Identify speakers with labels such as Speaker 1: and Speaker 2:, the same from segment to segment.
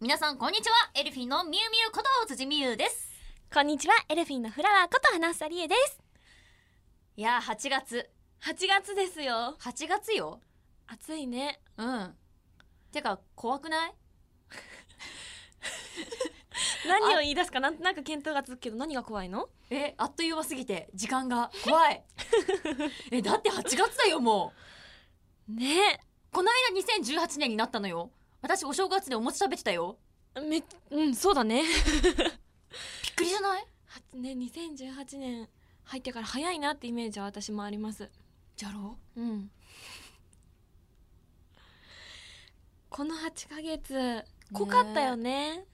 Speaker 1: 皆さんこんにちはエルフィンのミュウミュウこと辻美優です
Speaker 2: こんにちは、エルフィンのフラワーこと花房理恵です。
Speaker 1: いやー8月
Speaker 2: 8月ですよ。
Speaker 1: 8月よ
Speaker 2: 暑いね。
Speaker 1: うんてか怖くない
Speaker 2: 何を言い出すかなんとなく見当がつくけど何が怖いの？
Speaker 1: えあっという間すぎて時間が怖 いえだって8月だよも
Speaker 2: ね
Speaker 1: うこの間2018年になったのよ私お正月でお餅食べてたよ
Speaker 2: え、めうんそうだね。
Speaker 1: びっくりじゃない
Speaker 2: はね2018年入ってから早いなってイメージは私もあります。
Speaker 1: じゃろ
Speaker 2: うん。この8ヶ月濃かったよね。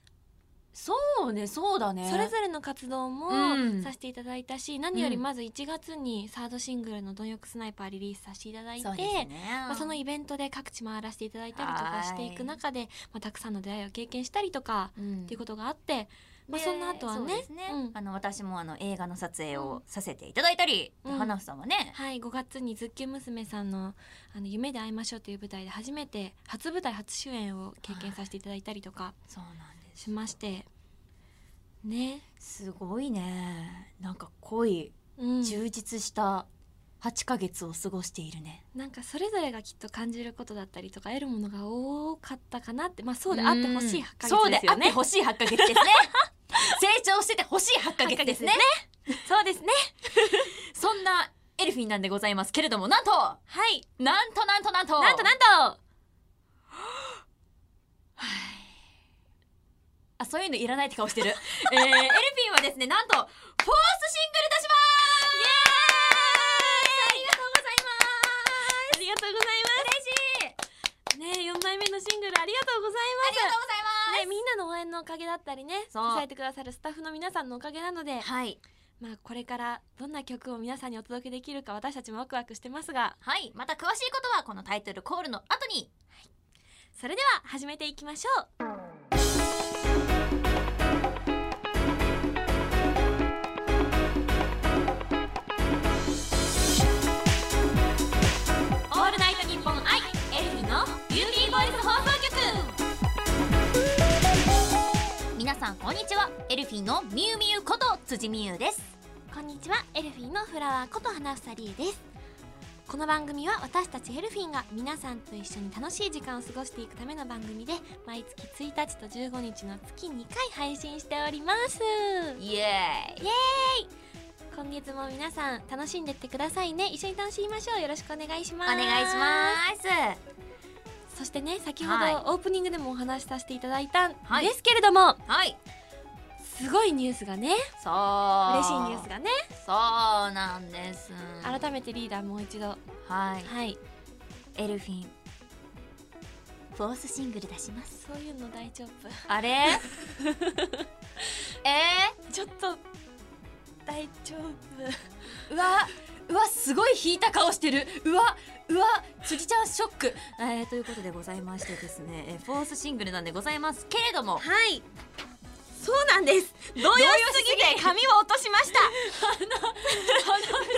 Speaker 1: そうねそうだね
Speaker 2: それぞれの活動も
Speaker 1: うん
Speaker 2: させていただいたし、何より
Speaker 1: うん
Speaker 2: まず1月にサードシングルの「貪欲スナイパー」リリースさせていただいて
Speaker 1: そうですね
Speaker 2: まあ、そのイベントで各地回らせていただいたりとかしていく中で、まあ、たくさんの出会いを経験したりとか
Speaker 1: うん
Speaker 2: っていうことがあって、まあ、
Speaker 1: で
Speaker 2: その後は
Speaker 1: そうで
Speaker 2: ね
Speaker 1: すね
Speaker 2: うん
Speaker 1: あの私もあの映画の撮影をさせていただいたり、
Speaker 2: うん
Speaker 1: で花房さんはね、
Speaker 2: はい、5月に「ズッキュン娘さんの」あの夢で会いましょう」という舞台で初めて初舞台初主演を経験させていただいたりとか
Speaker 1: そうなんで
Speaker 2: しましてね、
Speaker 1: すすごいねなんか濃い
Speaker 2: うん、
Speaker 1: 充実した8ヶ月を過ごしているね、
Speaker 2: なんかそれぞれがきっと感じることだったりとか得るものが多かったかなってまあそうであってほしい8ヶ月ですよね。
Speaker 1: そうであってほしい8ヶ月ですね 成長しててほしい8ヶ月ですね
Speaker 2: 八そうですね。
Speaker 1: そんなエルフィンなんでございますけれどもなんと
Speaker 2: はい。
Speaker 1: なんとなんとなんと
Speaker 2: なんとなんと
Speaker 1: あそういうのいらないって顔 してる、えー、エルフィンはですねなんとフォースシングル出しますイエーイありがとうございます
Speaker 2: ありがとうございます。嬉しい。ねえ、四枚目のシングルありがとうござい
Speaker 1: あ
Speaker 2: ます
Speaker 1: り。がとうございます、
Speaker 2: ね、みんなの応援のおかげだったりね、支
Speaker 1: そう
Speaker 2: えてくださるスタッフの皆さんのおかげなので、
Speaker 1: はい
Speaker 2: まあこれからどんな曲を皆さんにお届けできるか私たちもワクワクしてますが、
Speaker 1: はいまた詳しいことはこのタイトルコールの後に
Speaker 2: それでは始めていきましょう。
Speaker 1: オールナイトニッポン愛エルフィンのビューティーボイス放送局皆さんこんにちはエルフィンのみゆみゆこと辻みゆです
Speaker 2: こんにちはエルフィンのフラワーこと花房理恵ですこの番組は私たちエルフィンが皆さんと一緒に楽しい時間を過ごしていくための番組で毎月1日と15日の月2回配信しております
Speaker 1: イエーイ
Speaker 2: 今月も皆さん楽しんでってくださいね一緒に楽しみましょうよろしくお願いし
Speaker 1: お
Speaker 2: ます
Speaker 1: 願いします
Speaker 2: すそしてね先ほど
Speaker 1: はい
Speaker 2: オープニングでもお話しさせていただいたん
Speaker 1: はい
Speaker 2: ですけれども、
Speaker 1: はい
Speaker 2: すごいニュースがね
Speaker 1: そう
Speaker 2: 嬉しいニュースがね
Speaker 1: そうなんです
Speaker 2: 改めてリーダーもう一度
Speaker 1: はい
Speaker 2: はい
Speaker 1: エルフィンフォースシングル出します
Speaker 2: そういうの大丈夫
Speaker 1: あ れえ
Speaker 2: ちょっと大丈夫
Speaker 1: ー、うわうわすごい引いた顔してるうわうわ辻ちゃんショック、えー、ということでございましてですね、えー、フォースシングルなんでございますけれども
Speaker 2: はいそうなんです動揺しすぎて髪を落としました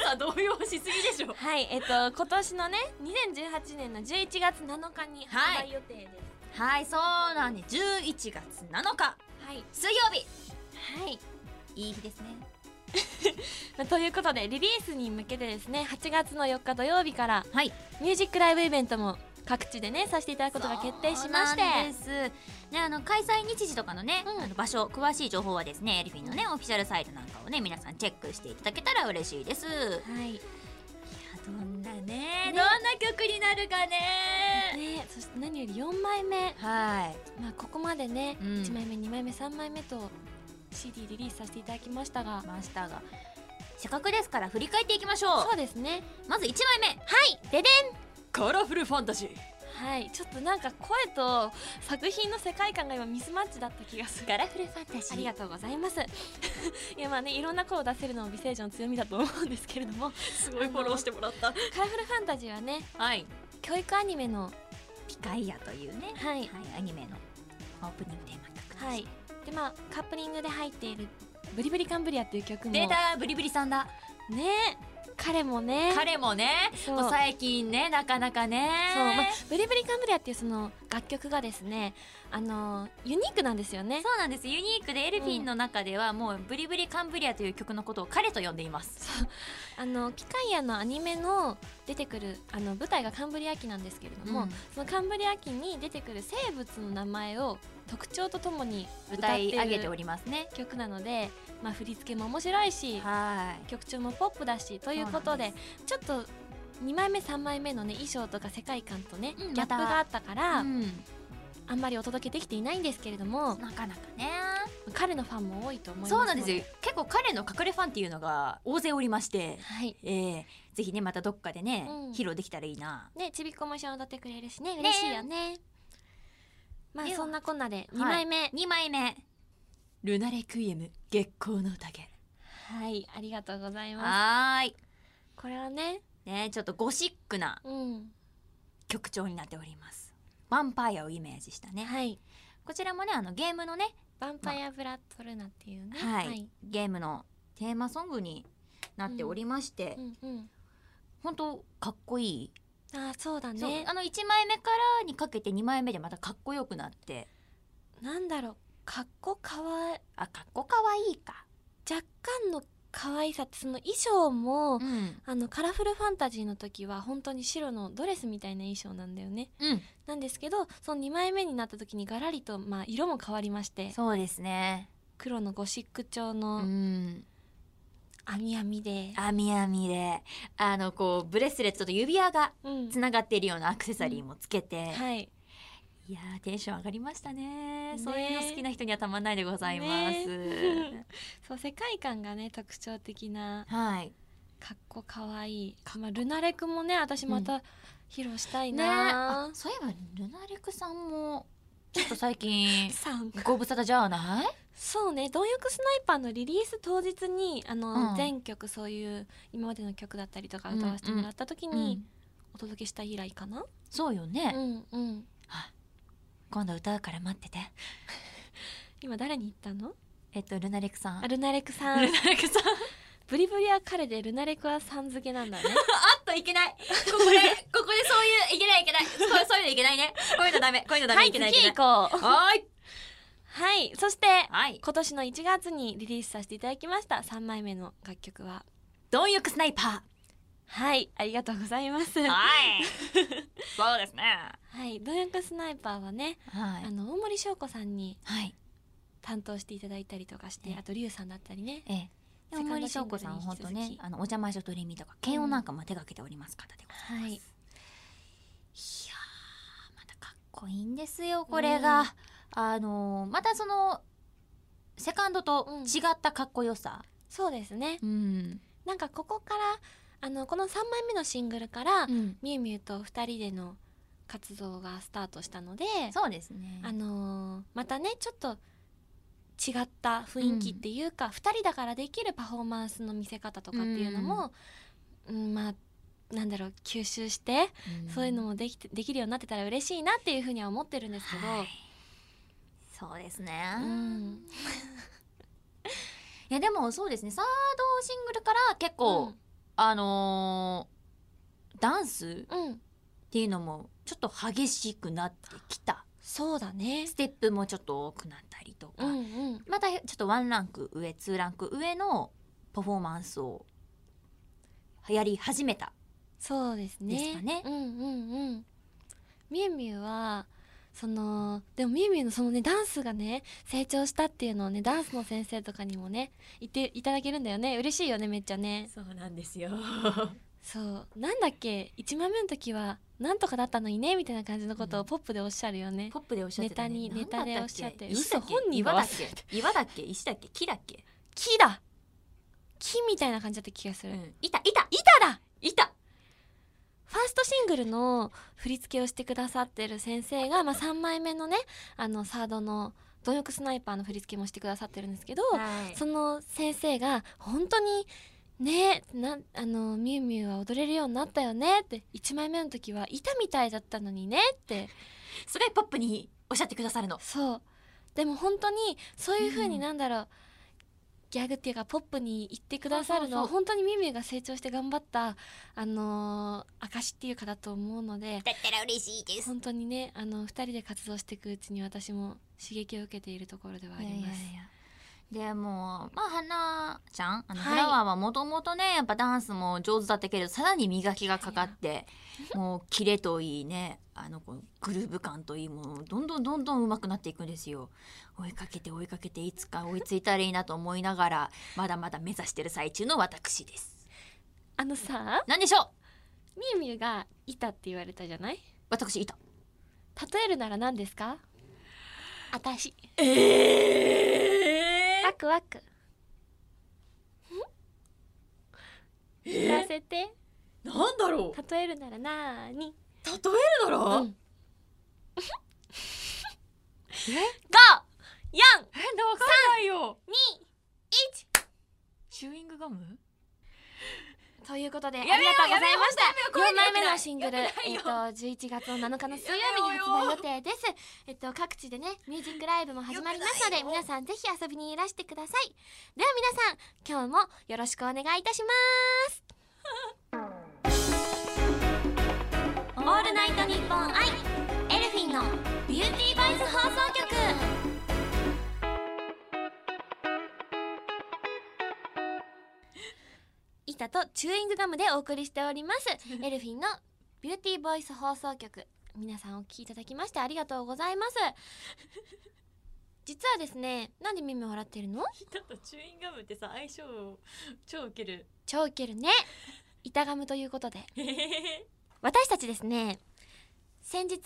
Speaker 1: さん動揺しすぎでしょ
Speaker 2: はいえっと今年のね2018年の11月7日に
Speaker 1: はい
Speaker 2: 発売予定です
Speaker 1: はいそうなんで11月7日
Speaker 2: はい
Speaker 1: 水曜日
Speaker 2: はい、
Speaker 1: いい日ですね
Speaker 2: まあということでリリースに向けてですね8月の4日土曜日から
Speaker 1: はい
Speaker 2: ミュージックライブイベントも各地でねさせていただくことが決定しまして
Speaker 1: そうなんですねあの開催日時とかのね、
Speaker 2: うん
Speaker 1: あの場所詳しい情報はですねエルフィンのねオフィシャルサイトなんかをね皆さんチェックしていただけたら嬉しいです
Speaker 2: はい
Speaker 1: どんなね
Speaker 2: ね
Speaker 1: どんな曲になるかね
Speaker 2: ね、そして何より4枚目
Speaker 1: はい
Speaker 2: まあ、ここまでね、
Speaker 1: うん
Speaker 2: 1枚目2枚目3枚目と CD リリースさせていただきましたが
Speaker 1: マスターがせっかくですから振り返っていきましょう
Speaker 2: そうですね
Speaker 1: まず1枚目
Speaker 2: はいでで
Speaker 1: カラフルファンタジー
Speaker 2: んはいちょっとなんか声と作品の世界観が今ミスマッチだった気がする
Speaker 1: カラフルファンタジー
Speaker 2: ありがとうございます いやまあねいろんな声を出せるのも美声女の強みだと思うんですけれど も
Speaker 1: す
Speaker 2: ごいフォローして
Speaker 1: もらった
Speaker 2: カラフルファンタジーはね
Speaker 1: はい
Speaker 2: 教育アニメの
Speaker 1: ピカイアというね
Speaker 2: は
Speaker 1: は
Speaker 2: い
Speaker 1: いアニメのオープニングテーマ曲
Speaker 2: はいでまあカップリングで入っているブリブリカンブリアっていう曲も
Speaker 1: デー
Speaker 2: ね
Speaker 1: タブリブリさんだ
Speaker 2: 彼もね
Speaker 1: 彼もね
Speaker 2: そう
Speaker 1: もう最近ねなかなかね
Speaker 2: そう、まあ、ブリブリカンブリアっていうその楽曲がですねあのユニークなんですよね
Speaker 1: そうなんですユニークでエルフィンの中ではもう「ブリブリカンブリア」という曲のことを彼と呼んでいます
Speaker 2: あの機械屋のアニメの出てくるあの舞台がカンブリア紀なんですけれども、
Speaker 1: うん
Speaker 2: そのカンブリア紀に出てくる生物の名前を特徴とともに
Speaker 1: 歌い上げてお
Speaker 2: り
Speaker 1: りますね
Speaker 2: 曲なので、まあ、振り付けも面白いし
Speaker 1: はい
Speaker 2: 曲調もポップだしということでちょっと2枚目3枚目のね衣装とか世界観とね、
Speaker 1: うん
Speaker 2: ギャップ
Speaker 1: また
Speaker 2: があったから、
Speaker 1: うん
Speaker 2: あんまりお届けできていないんですけれども
Speaker 1: なかなかね
Speaker 2: 彼のファンも多いと思います
Speaker 1: そうなんです
Speaker 2: よ、
Speaker 1: よ結構彼の隠れファンっていうのが大勢おりまして
Speaker 2: はい
Speaker 1: えー、ぜひねまたどっかでね、
Speaker 2: うん
Speaker 1: 披露できたらいいな
Speaker 2: ね、ちびっこも一緒に踊ってくれるしね嬉しいよねまあ
Speaker 1: では
Speaker 2: そんなこんなで2枚目はい、
Speaker 1: 2枚目「ルナレクイエム月光の宴
Speaker 2: ありがとうござい」ます
Speaker 1: はーい
Speaker 2: これはね
Speaker 1: ねちょっとゴシックな
Speaker 2: うん
Speaker 1: 曲調になっておりますヴァンパイアをイメージしたね
Speaker 2: はい
Speaker 1: こちらもねあのゲームのね
Speaker 2: 「ヴァンパイア・ブラッド・ルナ」っていうね、
Speaker 1: はい、ゲームのテーマソングになっておりまして、
Speaker 2: うんうん
Speaker 1: 本当かっこいい、
Speaker 2: あーそうだ
Speaker 1: そう
Speaker 2: ね
Speaker 1: あの1枚目からにかけて2枚目でまたかっこよくなって
Speaker 2: なんだろうかっこかわい
Speaker 1: あかっこかわいいか、
Speaker 2: 若干の可愛さってその衣装も、
Speaker 1: うん
Speaker 2: あのカラフルファンタジーの時は本当に白のドレスみたいな衣装なんだよね
Speaker 1: うん、
Speaker 2: なんですけどその2枚目になった時にガラリと、まあ、色も変わりまして
Speaker 1: そうですね
Speaker 2: 黒のゴシック調
Speaker 1: う
Speaker 2: の
Speaker 1: ん
Speaker 2: 網やみで、
Speaker 1: 網網であのこうブレスレットと指輪が
Speaker 2: うん
Speaker 1: つながっているようなアクセサリーもつけて、
Speaker 2: はい、
Speaker 1: いやーテンション上がりましたね
Speaker 2: ね
Speaker 1: そういうの好きな人にはたまんないでございます、
Speaker 2: ねそう世界観がね特徴的な
Speaker 1: はい
Speaker 2: かっこかわいい、まあ、ルナレクもね私また披露したい
Speaker 1: ねあ
Speaker 2: な、
Speaker 1: そういえばルナレクさんもちょっと最 近
Speaker 2: さん
Speaker 1: ご無沙汰じゃない
Speaker 2: そうね「貪欲スナイパー」のリリース当日にあの、
Speaker 1: うん
Speaker 2: 全曲そういう今までの曲だったりとか歌わせてもらった時にお届けした以来かな、
Speaker 1: そうよね、
Speaker 2: うんうん
Speaker 1: あ今度歌うから待ってて
Speaker 2: 今誰に言ったの
Speaker 1: えっとルナレクさん
Speaker 2: あルナレクさ
Speaker 1: ル
Speaker 2: ん
Speaker 1: ナレクさん
Speaker 2: ブリブリは彼でルナレクはさん付けな んだね
Speaker 1: あっといけないここでここでそういういけないいけないそうそういうのいけないねこういうのダメこういうのダメ、
Speaker 2: はい
Speaker 1: いけないい
Speaker 2: 次
Speaker 1: けない
Speaker 2: 行こう
Speaker 1: はい
Speaker 2: はいそして
Speaker 1: はい
Speaker 2: 今年の1月にリリースさせていただきました3枚目の楽曲は
Speaker 1: 貪欲スナイパ
Speaker 2: はいありがとうございます
Speaker 1: ー
Speaker 2: は
Speaker 1: はい そうですね
Speaker 2: い「貪欲スナイパー」はね、
Speaker 1: は
Speaker 2: あ
Speaker 1: い
Speaker 2: の大森翔子さんに
Speaker 1: はい
Speaker 2: 担当していただいたりとかして、
Speaker 1: ええ
Speaker 2: あとリュウさんだったりね
Speaker 1: ええで
Speaker 2: セカ
Speaker 1: 大
Speaker 2: ンド
Speaker 1: 森翔子さんは
Speaker 2: シン
Speaker 1: 本
Speaker 2: グ
Speaker 1: 当
Speaker 2: ルに引き
Speaker 1: ね
Speaker 2: 続き
Speaker 1: あのお邪魔女とレミとか慶応なんかも手掛けております方でございます、
Speaker 2: はい
Speaker 1: いやーまたかっこいいんですよこれが、
Speaker 2: うん
Speaker 1: あのーまたそのセカンドと違ったかっこよさ、
Speaker 2: そうですね
Speaker 1: うん
Speaker 2: なんかここからあのこの3枚目のシングルから、
Speaker 1: うん
Speaker 2: みゆみゆと2人での活動がスタートしたので
Speaker 1: そうですね
Speaker 2: あのーまたねちょっと違った雰囲気っていうか、2人だからできるパフォーマンスの見せ方とかっていうのも、うんまあなんだろう吸収して、
Speaker 1: ん
Speaker 2: そういうのもできてできるようになってたら嬉しいなっていうふうには思ってるんですけど、
Speaker 1: はいそうですね、
Speaker 2: うん
Speaker 1: いやでもそうですねサードシングルから結構、あのーダンスっ
Speaker 2: うん、うん、
Speaker 1: ていうのもちょっと激しくなってきた
Speaker 2: そうだね
Speaker 1: ス。テップもちょっと多くなったりとか、
Speaker 2: うんうん、
Speaker 1: またちょっとワンランク上ツーランク上のパフォーマンスをやり始めた
Speaker 2: そうですね。
Speaker 1: ですかね
Speaker 2: うんうんうん。みゆみゆはそのでもみゆみゆのそのねダンスがね成長したっていうのをねダンスの先生とかにもね言っていただけるんだよね嬉しいよねめっちゃね
Speaker 1: そうなんですよ
Speaker 2: そうなんだっけ1枚目の時はなんとかだったのにねみたいな感じのこと
Speaker 1: う
Speaker 2: を
Speaker 1: ん
Speaker 2: ポップでおっしゃるよね、
Speaker 1: ポップでおっしゃってた、ね、
Speaker 2: ネタにネタでおっしゃって
Speaker 1: 嘘
Speaker 2: 嘘本人
Speaker 1: 岩
Speaker 2: が
Speaker 1: だっ
Speaker 2: 忘れ
Speaker 1: け岩だっけ石だっけ木だっけ、
Speaker 2: 木だ木みたいな感じだった気がす
Speaker 1: う
Speaker 2: る、
Speaker 1: ん、板板
Speaker 2: 板だ
Speaker 1: 板
Speaker 2: ファーストシングルの振り付けをしてくださってる先生が、まあ、3枚目のねあのサードの「貪欲スナイパー」の振り付けもしてくださってるんですけど、
Speaker 1: はい
Speaker 2: その先生が本当に「ねなあのみゆみゆは踊れるようになったよね」って1枚目の時は「板みたいだったのにね」って
Speaker 1: すごいポップにおっしゃってくださるの
Speaker 2: そうでも本当にそういう風
Speaker 1: う
Speaker 2: に
Speaker 1: ん
Speaker 2: なんだろう、ギャグっていうかポップに言ってくださるのは
Speaker 1: そうそうそう
Speaker 2: 本当にミミュウが成長して頑張ったあのー証っていうかだと思うので
Speaker 1: だったら嬉しいで
Speaker 2: 本当にねあの2人で活動していくうちに私も刺激を受けているところではあります。
Speaker 1: いやいやでもうまあ花ちゃんあの、
Speaker 2: はい
Speaker 1: フラワーはもともとねやっぱダンスも上手だったけどさらに磨きがかかってもうキレといいねあのこうグルーヴ感といいもうどんどんどんどん上手くなっていくんですよ追いかけて追いかけていつか追いついたらいいなと思いながらまだまだ目指してる最中の私です
Speaker 2: あのさ
Speaker 1: なんでしょう
Speaker 2: ミュウミュウが「いた」って言われたじゃない
Speaker 1: 私いた
Speaker 2: 例えるなら何ですかあたし
Speaker 1: え
Speaker 2: ワクワク聞かせて
Speaker 1: なんだろう
Speaker 2: 例えるならなーに
Speaker 1: 例えるなら、
Speaker 2: う
Speaker 1: え
Speaker 2: ん5 4
Speaker 1: なわかんないよ
Speaker 2: 1
Speaker 1: チューイングガム
Speaker 2: ということであり
Speaker 1: や
Speaker 2: が
Speaker 1: め
Speaker 2: と
Speaker 1: よう
Speaker 2: うございました
Speaker 1: やめよう
Speaker 2: 4枚
Speaker 1: やめようこういうの良くない
Speaker 2: 目のシングル、
Speaker 1: 良
Speaker 2: え
Speaker 1: くないよ
Speaker 2: っと、11月の7日の水曜日に発売予定です。えっと、各地でね、ミュージックライブも始まりますので、
Speaker 1: 良くないよ
Speaker 2: 皆さんぜひ遊びにいらしてください。では皆さん、今日もよろしくお願いいたします。
Speaker 1: オ
Speaker 2: オールナイトニッポンアイエルフィンのビューティーバイス放送局板とチューイングガムでお送りしており ますエルフィンのビューティーボイス放送局皆さんお聞きいただきましてありがとうございます実はですねなんで耳を洗ってるの
Speaker 1: 板とチューインガムってさ相性超ウケる
Speaker 2: 超ウケる ね板ガムということで
Speaker 1: へへへ
Speaker 2: 私たちですね先日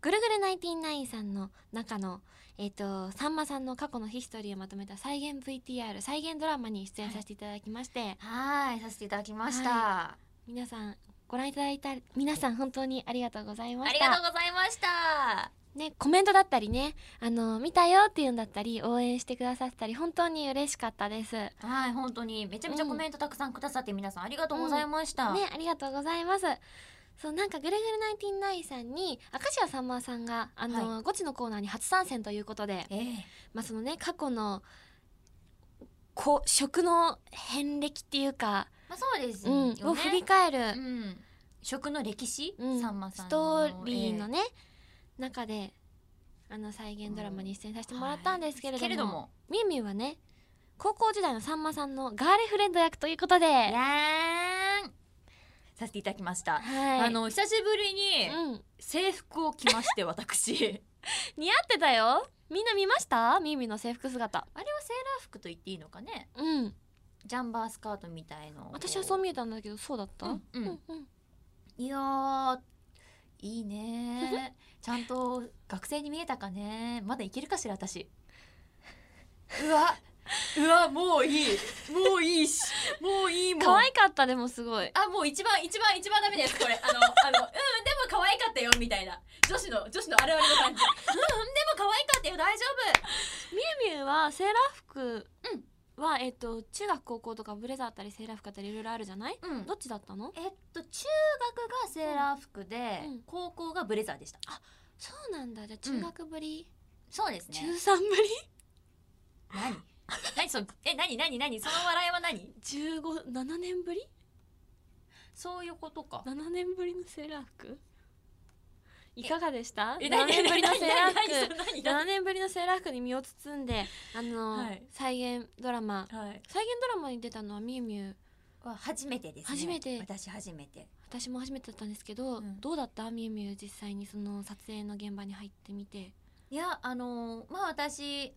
Speaker 2: ぐるぐるナインティナインさんの中のえっ、とさんまさんの過去のヒストリーをまとめた再現 VTR 再現ドラマに出演させていただきまして、
Speaker 1: はいさせていただきました、
Speaker 2: 皆さんご覧いただいた皆さん本当にありがとうございま
Speaker 1: あ
Speaker 2: し
Speaker 1: りがと
Speaker 2: た
Speaker 1: うございました
Speaker 2: ねコメントだったりねあの見たよっていうんだったり応援してくださったり本当に嬉しかったですね
Speaker 1: はい本当にめちゃめちゃコメントたくさんくださって皆さんありがとうございました、
Speaker 2: ありがとうございますそうなんかぐるぐるナインティナインさんに明石家さんまさんがあの、ゴチのコーナーに初参戦ということで
Speaker 1: ええ
Speaker 2: まあそのね過去のこ食の遍歴っていうか、
Speaker 1: まあそうです
Speaker 2: う
Speaker 1: よ
Speaker 2: ん
Speaker 1: ね、
Speaker 2: を振り返る、
Speaker 1: うん食の歴史、
Speaker 2: うん
Speaker 1: さんまさんの
Speaker 2: ストーリーの
Speaker 1: ね、
Speaker 2: ね、中であの再現ドラマに出演させてもらったんですけれども,、
Speaker 1: けれども
Speaker 2: みゆみゆはね高校時代のさんまさんのガールフレンド役ということで、
Speaker 1: やーんさせていただきました、
Speaker 2: はい、
Speaker 1: あの久しぶりに
Speaker 2: うん、
Speaker 1: 制服を着まして私
Speaker 2: 似合ってたよみんな見ましたみゆみゆの制服姿
Speaker 1: あれはセーラー服と言っていいのかね
Speaker 2: うん
Speaker 1: ジャンバースカートみたいのを
Speaker 2: 私はそう見えたんだけどそうだった、
Speaker 1: うんうん
Speaker 2: うんうん
Speaker 1: いやーいいね ちゃんと学生に見えたかねまだいけるかしら私うわうわもういいもういいしもういいもん
Speaker 2: 可愛かったでもすごい
Speaker 1: あもう一番一番一番ダメですこれあのあのうんでも可愛かったよみたいな女子の女子のあれあれの感じうんでも可愛かったよ大丈
Speaker 2: みゆみゆはセーラー服は、えっと中学高校とかブレザーあったりセーラー服あったりいろいろあるじゃない、
Speaker 1: 夫う
Speaker 2: どっちだったの
Speaker 1: えっと中学がセーラー服で、
Speaker 2: うんうん
Speaker 1: 高校がブレザーでした
Speaker 2: そうなんだじゃあ中学ぶり、
Speaker 1: そうです
Speaker 2: 中3ぶり
Speaker 1: 何 何そのえ何何何その笑いは何
Speaker 2: 157年ぶり
Speaker 1: そういうことか
Speaker 2: 7年ぶりのセーラー服いかがでした
Speaker 1: え
Speaker 2: 7年ぶりのセーラー服
Speaker 1: 何何何何
Speaker 2: 7年ぶりのセーラー服に身を包んであの、
Speaker 1: はい
Speaker 2: 再現ドラマ
Speaker 1: 何はい
Speaker 2: 再現ドラマに出たのはみゆみゆ
Speaker 1: は初めてですね
Speaker 2: 初めて
Speaker 1: 私初めて
Speaker 2: 私も初めてだったんですけど、
Speaker 1: うん
Speaker 2: どうだったみゆみゆ実際にその撮影の現場に入ってみて
Speaker 1: いやあのーまあ私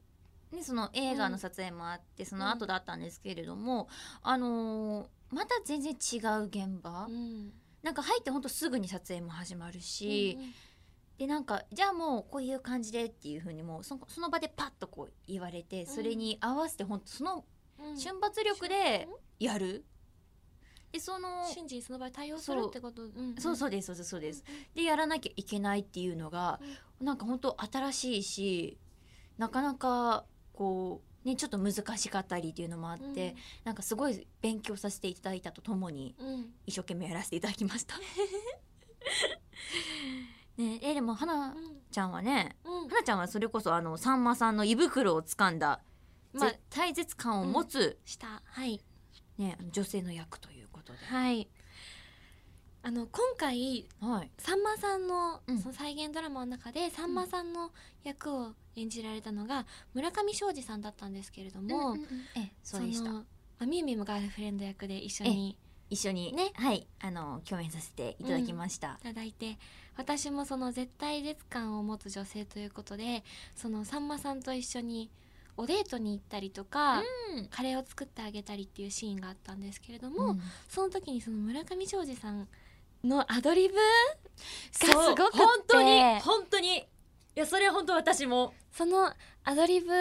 Speaker 1: ねその映画の撮影もあって、その後だったんですけれども、あのーまた全然違う現場、
Speaker 2: うん
Speaker 1: なんか入ってほんとすぐに撮影も始まるし、
Speaker 2: うんうん
Speaker 1: でなんかじゃあもうこういう感じでっていう風にもうそのその場でパッとこう言われてそれに合わせて本当その
Speaker 2: うん
Speaker 1: 瞬発力でやるでその
Speaker 2: 瞬時にその場で対応するってこと、うん
Speaker 1: そうそうですそうですそうですでやらなきゃいけないっていうのがなんか本当新しいしなかなかこうねちょっと難しかったりっていうのもあっ
Speaker 2: う
Speaker 1: て、
Speaker 2: ん
Speaker 1: なんかすごい勉強させていただいたとともに
Speaker 2: うんうん
Speaker 1: 一生懸命やらせていただきましたねえでも花ちゃんはね
Speaker 2: うんうん
Speaker 1: 花ちゃんはそれこそあのさんまさんの胃袋を掴んだ
Speaker 2: まあ
Speaker 1: 絶対絶感を持つ、
Speaker 2: したはい
Speaker 1: ね、女性の役ということで。
Speaker 2: はいあの今回
Speaker 1: はい。
Speaker 2: さんまさんの,、
Speaker 1: うん
Speaker 2: その再現ドラマの中でさんまさんの役を演じられたのが村上庄司さんだったんですけれど
Speaker 1: もう、
Speaker 2: も、
Speaker 1: ええ、そうでした
Speaker 2: の。まあ、みゆみゆもガールフレンド役で一緒に
Speaker 1: 一緒に、
Speaker 2: ね
Speaker 1: はい、あの共演させていただきました
Speaker 2: い。ただいて私もその絶対絶感を持つ女性ということでそのさんまさんと一緒におデートに行ったりとか、
Speaker 1: うん
Speaker 2: カレーを作ってあげたりっていうシーンがあったんですけれど
Speaker 1: も
Speaker 2: も、
Speaker 1: う、
Speaker 2: その時にその村上庄司さんのアドリブ
Speaker 1: そう
Speaker 2: すごくって
Speaker 1: 本当に本当にいやそれは本当私も
Speaker 2: そのアドリブが、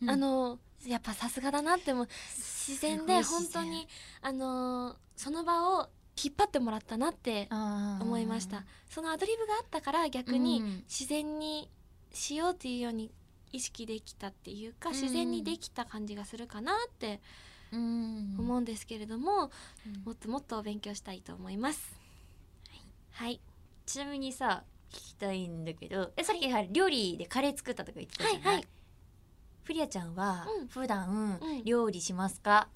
Speaker 1: うん
Speaker 2: あのやっぱさすがだなってもう自然で
Speaker 1: ごい
Speaker 2: 本
Speaker 1: 自
Speaker 2: 当
Speaker 1: 然
Speaker 2: にあのその場を引っ張ってもらったなって思
Speaker 1: 思
Speaker 2: いましたそのアドリブがあったから逆に自然にしようっていうように意識できたっていうか
Speaker 1: うん
Speaker 2: 自然にできた感じがするかなって
Speaker 1: うん
Speaker 2: 思うんですけれども
Speaker 1: うん
Speaker 2: もっともっと勉強したいと思いますはい
Speaker 1: ちなみにさ聞きたいんだけどえさっきは料理でカレー作ったとか言ってたじゃない、
Speaker 2: はいはい
Speaker 1: フリアちゃんは
Speaker 2: うん
Speaker 1: 普段
Speaker 2: うん
Speaker 1: 料理しますか、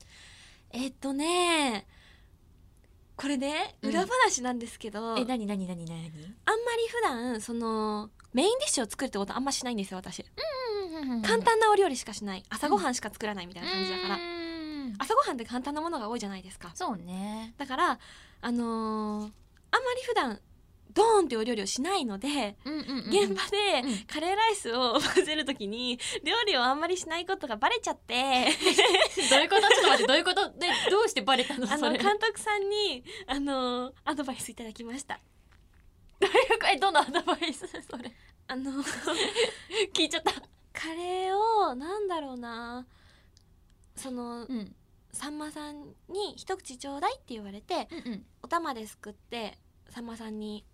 Speaker 2: えっとねこれね
Speaker 1: うん
Speaker 2: 裏話なんですけど、
Speaker 1: え
Speaker 2: あんま
Speaker 1: なになになになに
Speaker 2: り普段そのメインディッシュを作るってことあんましないんですよ私、簡
Speaker 1: 簡単
Speaker 2: 単なお料理しかしない朝ごはんしか作らないみたい
Speaker 1: な
Speaker 2: な
Speaker 1: 感
Speaker 2: 感
Speaker 1: じ
Speaker 2: じ
Speaker 1: だか
Speaker 2: だからら朝ごはんって簡単なものが多いじゃないですか
Speaker 1: そうね
Speaker 2: だからあのーあんまり普段ドーンってお料理をしないので現
Speaker 1: 現
Speaker 2: 場で
Speaker 1: うん
Speaker 2: カレーライスを混ぜるときに料理をあんまりしないことがバレちゃって
Speaker 1: どういうことちょっと待ってどういうことでどうしてバレたの
Speaker 2: あ
Speaker 1: そ
Speaker 2: の
Speaker 1: れ
Speaker 2: 監督さんにあのアドバイスいただきました。
Speaker 1: えどのアドバイスそれ
Speaker 2: あの
Speaker 1: 聞いちゃった
Speaker 2: カレーをなんだろうなそ
Speaker 1: う
Speaker 2: の
Speaker 1: んうん
Speaker 2: さんまさんに一口ちょうだいって言われて
Speaker 1: うん
Speaker 2: お玉ですくってさんまさんに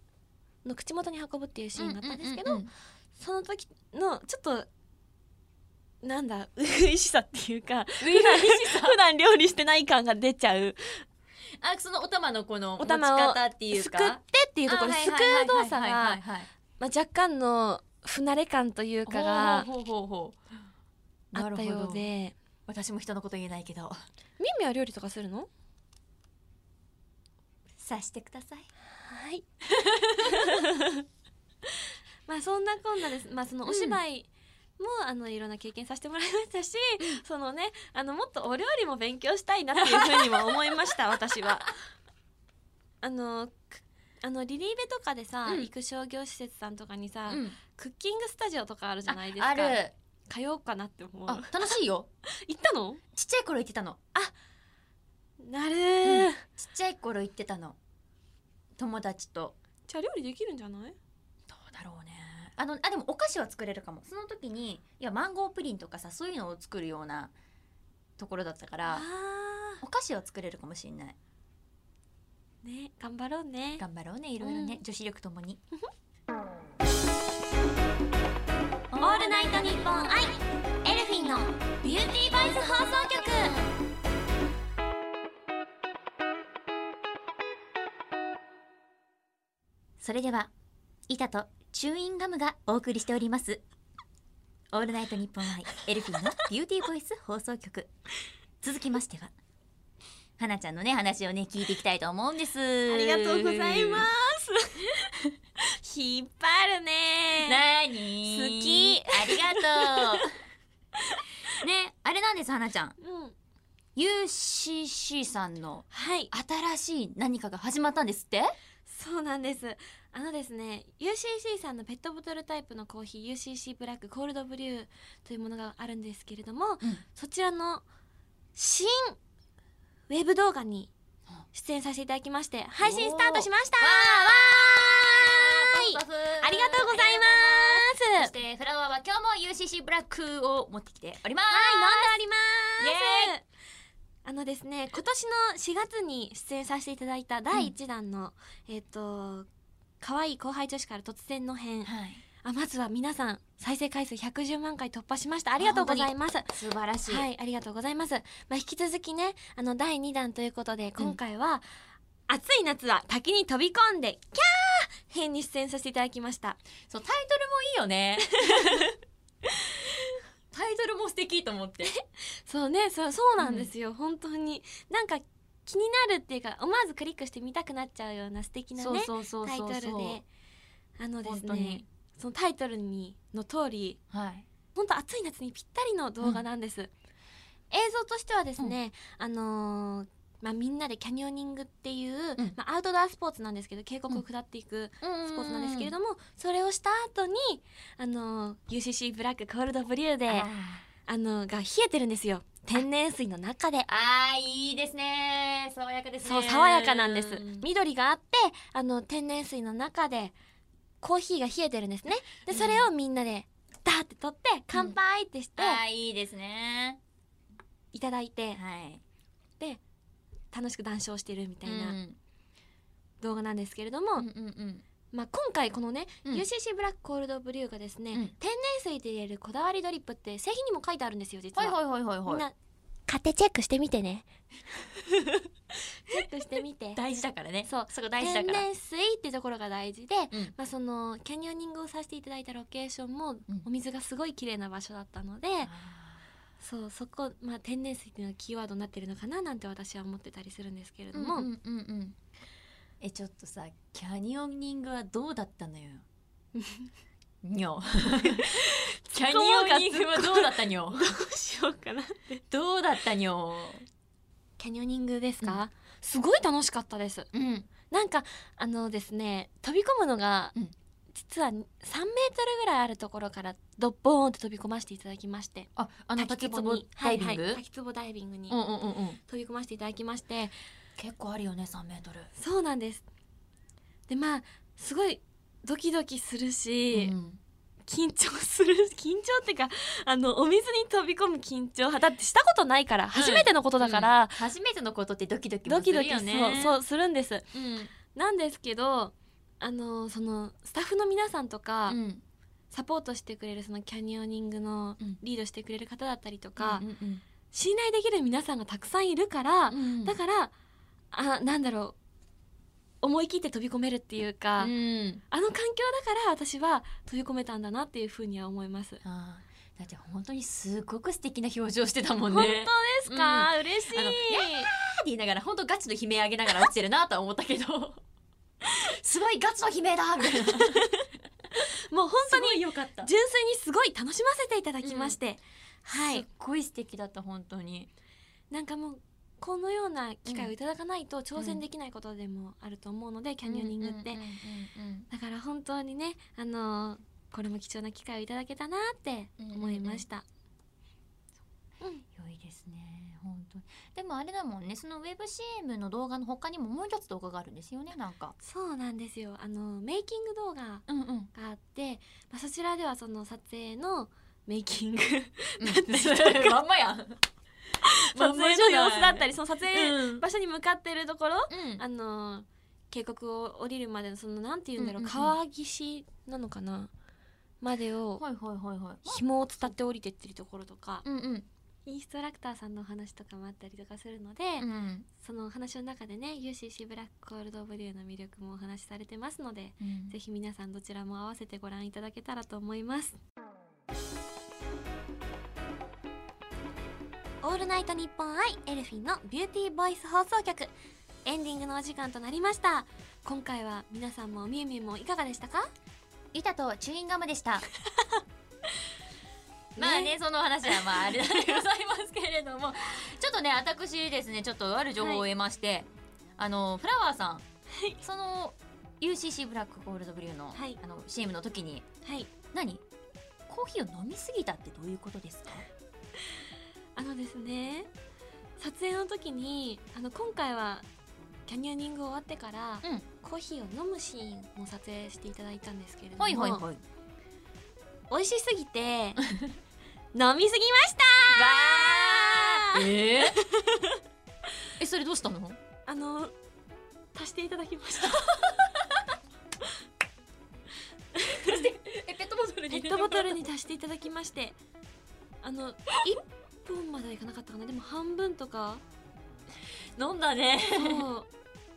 Speaker 2: の口元に運ぶっていうシーンがあったんですけど、
Speaker 1: うんうんうん
Speaker 2: その時のちょっとなんだ初々しさっていう か
Speaker 1: 初々しさ
Speaker 2: 普段料理してない感が出ちゃう
Speaker 1: あそのお玉のこの
Speaker 2: お玉を
Speaker 1: 持ち方ってい
Speaker 2: す
Speaker 1: う
Speaker 2: く
Speaker 1: か
Speaker 2: ってっていうところ
Speaker 1: あ
Speaker 2: すくう動作が、
Speaker 1: はいはいはいはいはいはい
Speaker 2: まあ、若干の不慣れ感というかが
Speaker 1: ほうほうほうほう
Speaker 2: あったよう
Speaker 1: なるほど
Speaker 2: で
Speaker 1: 私も人のこと言えないけど
Speaker 2: みみは料理とかするの
Speaker 1: さしてください
Speaker 2: はい まあそんなこんなです、まあ、そのお芝居も、あのいろんな経験させてもらいましたし、そのねあのもっとお料理も勉強したいなっていうふうにも思いま した私は。あのくあのリリーベとかでさ、
Speaker 1: うん
Speaker 2: 行く商業施設さんとかにさ、
Speaker 1: うん
Speaker 2: クッキングスタジオとかあるじゃないですか
Speaker 1: あある
Speaker 2: 通おうかなって思う
Speaker 1: あ楽しいよ
Speaker 2: 行ったの
Speaker 1: ちっちゃい頃行ってたの
Speaker 2: なる
Speaker 1: うんちっちゃい頃行ってたの友達と
Speaker 2: じゃあ料理できるんじゃない
Speaker 1: どうだろうねあのあでもお菓子は作れるかもその時にいやマンゴープリンとかさそういうのを作るようなところだったから
Speaker 2: あ
Speaker 1: お菓子は作れるかもしれない
Speaker 2: ーね頑張ろうね
Speaker 1: 頑張ろうねいろいろね、
Speaker 2: う
Speaker 1: 女子力ともに
Speaker 2: オールナイトニッポンアイエルフィンのビューティーバイス放送局
Speaker 1: それでは板とチューインガムがお送りしておりますオールナイトニッポンアイエルフィンのビューティーボイス放送局続きましては花ちゃんのね話をね聞いていきたいと思うんです
Speaker 2: ありがとうございます引っ張るね
Speaker 1: なに
Speaker 2: 好き
Speaker 1: ありがと うねあれなんです花ちゃん
Speaker 2: うん
Speaker 1: UCC さんの
Speaker 2: はい
Speaker 1: 新しい何かが始まったんですって
Speaker 2: そうなんですあのですね UCC さんのペットボトルタイプのコーヒー UCC ブラックコールドブリューというものがあるんですけれども、
Speaker 1: ん
Speaker 2: そちらの新ウェブ動画に出演させていただきまして配信スタートしましたわーいあ
Speaker 1: あ
Speaker 2: りがとうございま
Speaker 1: そ
Speaker 2: す
Speaker 1: し。てフラワーは今日も UCC ブラックを持ってきております
Speaker 2: はい、飲んでおり
Speaker 1: イ
Speaker 2: ます。あのですね、今年の4月に出演させていただいた第1弾の、えっ、と、可愛い後輩女子から突然の編。
Speaker 1: はい
Speaker 2: あ、まずは皆さん、再生回数110万回突破しました。ありがとうございます。
Speaker 1: 素晴らしい、
Speaker 2: はい、ありがとうございます。まあ、引き続きね、あの、第2弾ということで、今回は、暑い夏は滝に飛び込んで、キャー編に出演させていただきました。
Speaker 1: そうタイトルもいいよねタイトルも素敵と思って
Speaker 2: そうねそうそうなんですよ、本当になんか気になるっていうか思わずクリックしてみたくなっちゃうような素敵なね
Speaker 1: そうそうそうそうそう
Speaker 2: タイトルであのです
Speaker 1: 本当
Speaker 2: ね
Speaker 1: に
Speaker 2: そのタイトルにの通り
Speaker 1: はい
Speaker 2: 本当暑い夏にぴったりの動画なんです、映像としてはですね、あのーまあ、みんなでキャニオニングっていう、
Speaker 1: うん
Speaker 2: まあ、アウトドアスポーツなんですけど渓谷を下っていく
Speaker 1: スポ
Speaker 2: スポーツなんですけれ
Speaker 1: ど
Speaker 2: ども、それをした後にあのー UCC ブラックコールドブリューで
Speaker 1: あー
Speaker 2: あのーが冷えてるんですよ天然水の中で
Speaker 1: あーいいですね爽やかですね
Speaker 2: そう爽やかなんです
Speaker 1: うん
Speaker 2: 緑があってあの天然水の中でコーヒーが冷えてるんですねで
Speaker 1: うん
Speaker 2: それをみんなでダーって取って乾杯ってして
Speaker 1: あーいいですね
Speaker 2: いただいて
Speaker 1: はい
Speaker 2: 楽しく談笑してるみたいな
Speaker 1: うん
Speaker 2: 動画なんですけれど
Speaker 1: う
Speaker 2: も
Speaker 1: ん、うん
Speaker 2: まあ、今回このね、
Speaker 1: うん
Speaker 2: UCC ブラックコールドブリューがですね、
Speaker 1: うん
Speaker 2: 天然水で入れるこだわりドリップって製品にも書いてあるんですよ実は、
Speaker 1: はいはいはいはい
Speaker 2: みん
Speaker 1: はい
Speaker 2: な買ってチェックしてみてね チェックしてみて
Speaker 1: 大事だからね
Speaker 2: そう
Speaker 1: そこ大事だ
Speaker 2: 天
Speaker 1: から
Speaker 2: 然水ってところが大事で、
Speaker 1: うん
Speaker 2: まあ、そのキャニオニングをさせていただいたロケーションも
Speaker 1: ん
Speaker 2: お水がすごい綺麗な場所だったので、そうそこ、まあ、天然水っていうのがキーワードになってるのかななんて私は思ってたりするんですけれども、
Speaker 1: うんうんうんうんえちょっとさキャニオニングはどうだった のよにょキャニオニングはどうだったに ょ
Speaker 2: どうしようかな
Speaker 1: どうだったにょ
Speaker 2: キャニオニングですか、すごい楽しかったです
Speaker 1: うん
Speaker 2: なんかあのですね飛び込むのが、
Speaker 1: うん
Speaker 2: 実は3メートルぐらいあるところからドッボーンって飛び込ませていただきまして
Speaker 1: ああの滝壺ダイビング、
Speaker 2: はいはい、滝壺ダイビングに
Speaker 1: うんうんうんうん
Speaker 2: 飛び込ませていただきまして、
Speaker 1: 結構あるよね3メートル
Speaker 2: そうなんですでまあすごいドキドキするし、
Speaker 1: うん
Speaker 2: 緊張する 緊張っていうかあのお水に飛び込む緊張だってしたことないから初めてのことだか
Speaker 1: うん
Speaker 2: ら、
Speaker 1: 初めてのことってドキドキも
Speaker 2: ド
Speaker 1: す
Speaker 2: キド
Speaker 1: る
Speaker 2: キ
Speaker 1: よ
Speaker 2: そう
Speaker 1: ね
Speaker 2: そうするんです
Speaker 1: う、うん
Speaker 2: なんですけどあのそのスタッフの皆さんとか、
Speaker 1: うん、
Speaker 2: サポートしてくれるそのキャニオニングの
Speaker 1: うん
Speaker 2: リードしてくれる方だったりとか、
Speaker 1: うんうん
Speaker 2: 信頼できる皆さんがたくさんいるから、
Speaker 1: うん、
Speaker 2: だからあなんだろう思い切って飛び込めるっていうか、
Speaker 1: うん
Speaker 2: あの環境だから私は飛び込めたんだなっていうふうには思います。
Speaker 1: あーだって本当にすごく素敵な表情してたもんね
Speaker 2: 本当ですか、嬉しい
Speaker 1: あのって言いながら本当ガチの悲鳴上げながら落ちてるなとは思ったけど すごいガチの悲鳴だみたいな本
Speaker 2: もう本当に
Speaker 1: に良かった
Speaker 2: 純粋にすごい楽しませていただきまして、は
Speaker 1: はいす
Speaker 2: い
Speaker 1: っごい素敵だった本当に
Speaker 2: なんかもうこのような機会をいただかないと挑戦できないことでもあると思うので、キャニオニングって、
Speaker 1: うんうん
Speaker 2: だから本当にねあのーこれも貴重な機会をいただけたなって思いました、うん
Speaker 1: うんうん良いですね本当にでもあれだもんねそのウェブ CM の動画の他にももう一つ動画があるんですよねなんか
Speaker 2: そうなんですよあのメイキング動画
Speaker 1: うん うん
Speaker 2: があって、まあ、そちらではその撮影のメイキン グ
Speaker 1: まんまやん
Speaker 2: 撮影の様子だった
Speaker 1: り
Speaker 2: りその撮
Speaker 1: う
Speaker 2: 影
Speaker 1: ん
Speaker 2: 場所に向かってるところ、
Speaker 1: うん
Speaker 2: あのー渓谷を降りるまでのそのなんて言うんだろう,、
Speaker 1: うんうんうん
Speaker 2: 川岸なのかなまでを
Speaker 1: はいはいはいはい
Speaker 2: 紐を伝って降りてってるところとか、
Speaker 1: うんうん
Speaker 2: インストラクターさんのお話とかもあったりとかするので、
Speaker 1: うん
Speaker 2: そのお話の中でね UCC ブラックコールドブリューの魅力もお話しされてますので
Speaker 1: うん
Speaker 2: ぜひ皆さんどちらも合わせてご覧いただけたらと思いますオールナイトニッポンアイエルフィンのビューティーボイス放送局エンディングのお時間となりました今回は皆さんもみゆみゆもいかがでしたか
Speaker 1: 板とチューインガムでした。まあね、その話はまああれでございますけれども、ちょっとね、私ですね、ちょっとある情報を得まして、あの、フラワーさん、その、UCC ブラックゴールドブリューの、
Speaker 2: はい
Speaker 1: あの、CM の時に、
Speaker 2: はい
Speaker 1: 何コーヒーを飲みすぎたってどういうことですか
Speaker 2: あのですね撮影の時にあの今回はキャニオニング終わってから、
Speaker 1: うん
Speaker 2: コーヒーを飲むシーンも撮影していただいたんですけれども、
Speaker 1: はいはいはい。わ
Speaker 2: 美味しすぎ て飲みすぎました
Speaker 1: ー えー、え、それどうしたの
Speaker 2: あの足していただきました
Speaker 1: え、ペットボトル
Speaker 2: ペットボトルに足していただきましてあの一本まではいかなかったかなでも半分とか
Speaker 1: 飲んだね。
Speaker 2: そう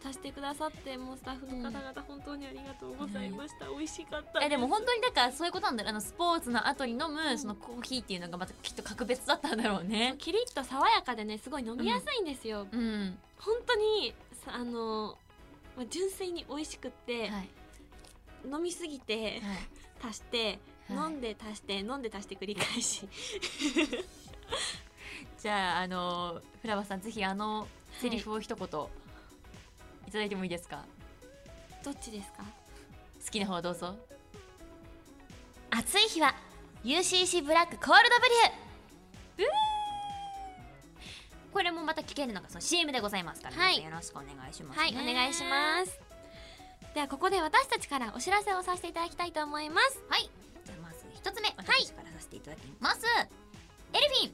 Speaker 2: 足してくださってもうスタッフの方々本当にありがとうございました、美味しかった
Speaker 1: えでも
Speaker 2: ん
Speaker 1: 本当にだからそういうことなんだよあのスポーツの後に飲む
Speaker 2: ん
Speaker 1: そのコーヒーっていうのがまたきっと格別だったんだろうね。
Speaker 2: キリッと爽やかでねすごい飲みやすいんですよ、
Speaker 1: うん、
Speaker 2: 本当にさあのまあ純粋に美味しくって、
Speaker 1: はい、はい
Speaker 2: 飲みすぎて足して、
Speaker 1: はい
Speaker 2: 飲んで足して飲んで足して繰り返し
Speaker 1: じゃああのフラワーさんぜひあのセリフを一言いただいてもいいですか、
Speaker 2: どっちですか
Speaker 1: 好きな方どうぞ
Speaker 2: 暑い日は UCC ブラックコールドブ
Speaker 1: これもまた聞けるのがその CM でございますから、
Speaker 2: はい
Speaker 1: 皆さんよろしくお願いします
Speaker 2: は
Speaker 1: ね、
Speaker 2: い、お願いします。ではここで私たちからお知らせをさせていただきたいと思います。はい、
Speaker 1: じゃあまず一つ目私からさせていただきます、エルフィン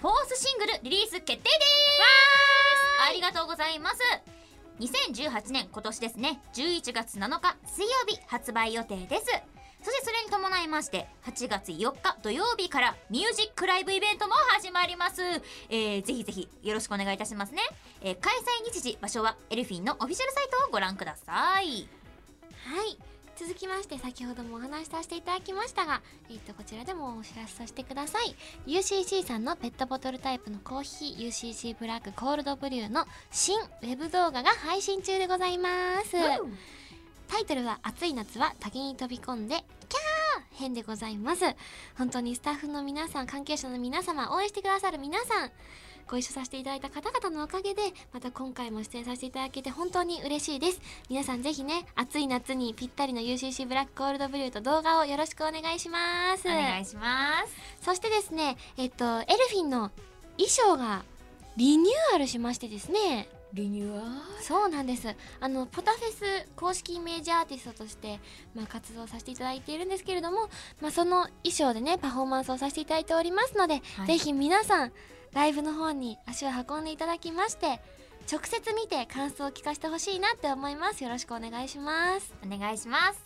Speaker 1: フォースシングルリリース決定ですありがとうございます2018年今年ですね11月7日水曜日発売予定ですそしてそれに伴いまして8月4日土曜日からミュージックライブイベントも始まります、えー、ぜひぜひよろしくお願いいたしますね、えー開催日時場所はエルフィンのオフィシャルサイトをご覧ください
Speaker 2: はい、続きまして先ほどもお話しさせていただきましたが、えっとこちらでもお知らせさせてください。UCC さんのペットボトルタイプのコーヒー UCC ブラックコールドブリューの新ウェブ動画が配信中でございます。タイトルは「暑い夏は滝に飛び込んでキャー!」編でございます本当にスタッフの皆さん関係者の皆様応援してくださる皆さんご一緒させていただいた方々のおかげでまた今回も出演させていただけて本当に嬉しいです皆さんぜひね暑い夏にぴったりの UCC ブラックコールドブリューと動画をよろしくお願いします
Speaker 1: お願いします
Speaker 2: そしてですねえっとエルフィンの衣装がリニューアルしましてですね
Speaker 1: リニューアル
Speaker 2: そうなんですあのポタフェス公式イメージアーティストとして、まあ、活動させていただいているんですけれども、まあ、その衣装でねパフォーマンスをさせていただいておりますので、
Speaker 1: はい
Speaker 2: ぜひ皆さんライブの方に足を運んでいただきまして直接見て感想を聞かせてほしいなって思いますよろしくお願いします
Speaker 1: お願いします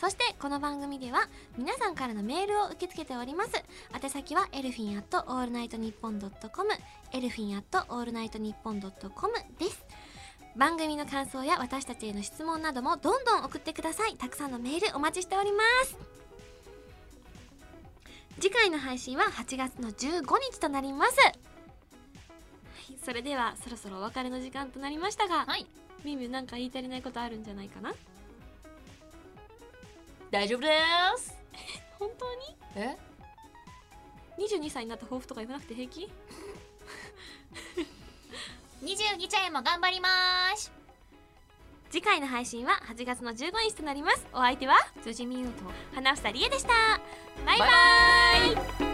Speaker 2: そしてこの番組では皆さんからのメールを受け付けております宛先はエルフィンアットオールナイトニッポンドットコムエルフィンアットオールナイトニッポンドットコムです番組の感想や私たちへの質問などもどんどん送ってくださいたくさんのメールお待ちしております次回の配信は8月の15日となりますはいそれではそろそろお別れの時間となりましたが、
Speaker 1: はい
Speaker 2: みゆみゆなんか言い足りないことあるんじゃないかな
Speaker 1: 大丈夫です
Speaker 2: 本当に
Speaker 1: え
Speaker 2: 22歳になった抱負とか言わなくて平気
Speaker 1: 22ちゃんも頑張ります
Speaker 2: 次回の配信は8月の15日となりますお相手は
Speaker 1: 辻美優と
Speaker 2: 花房理恵でしたバイバイ
Speaker 1: バイバイ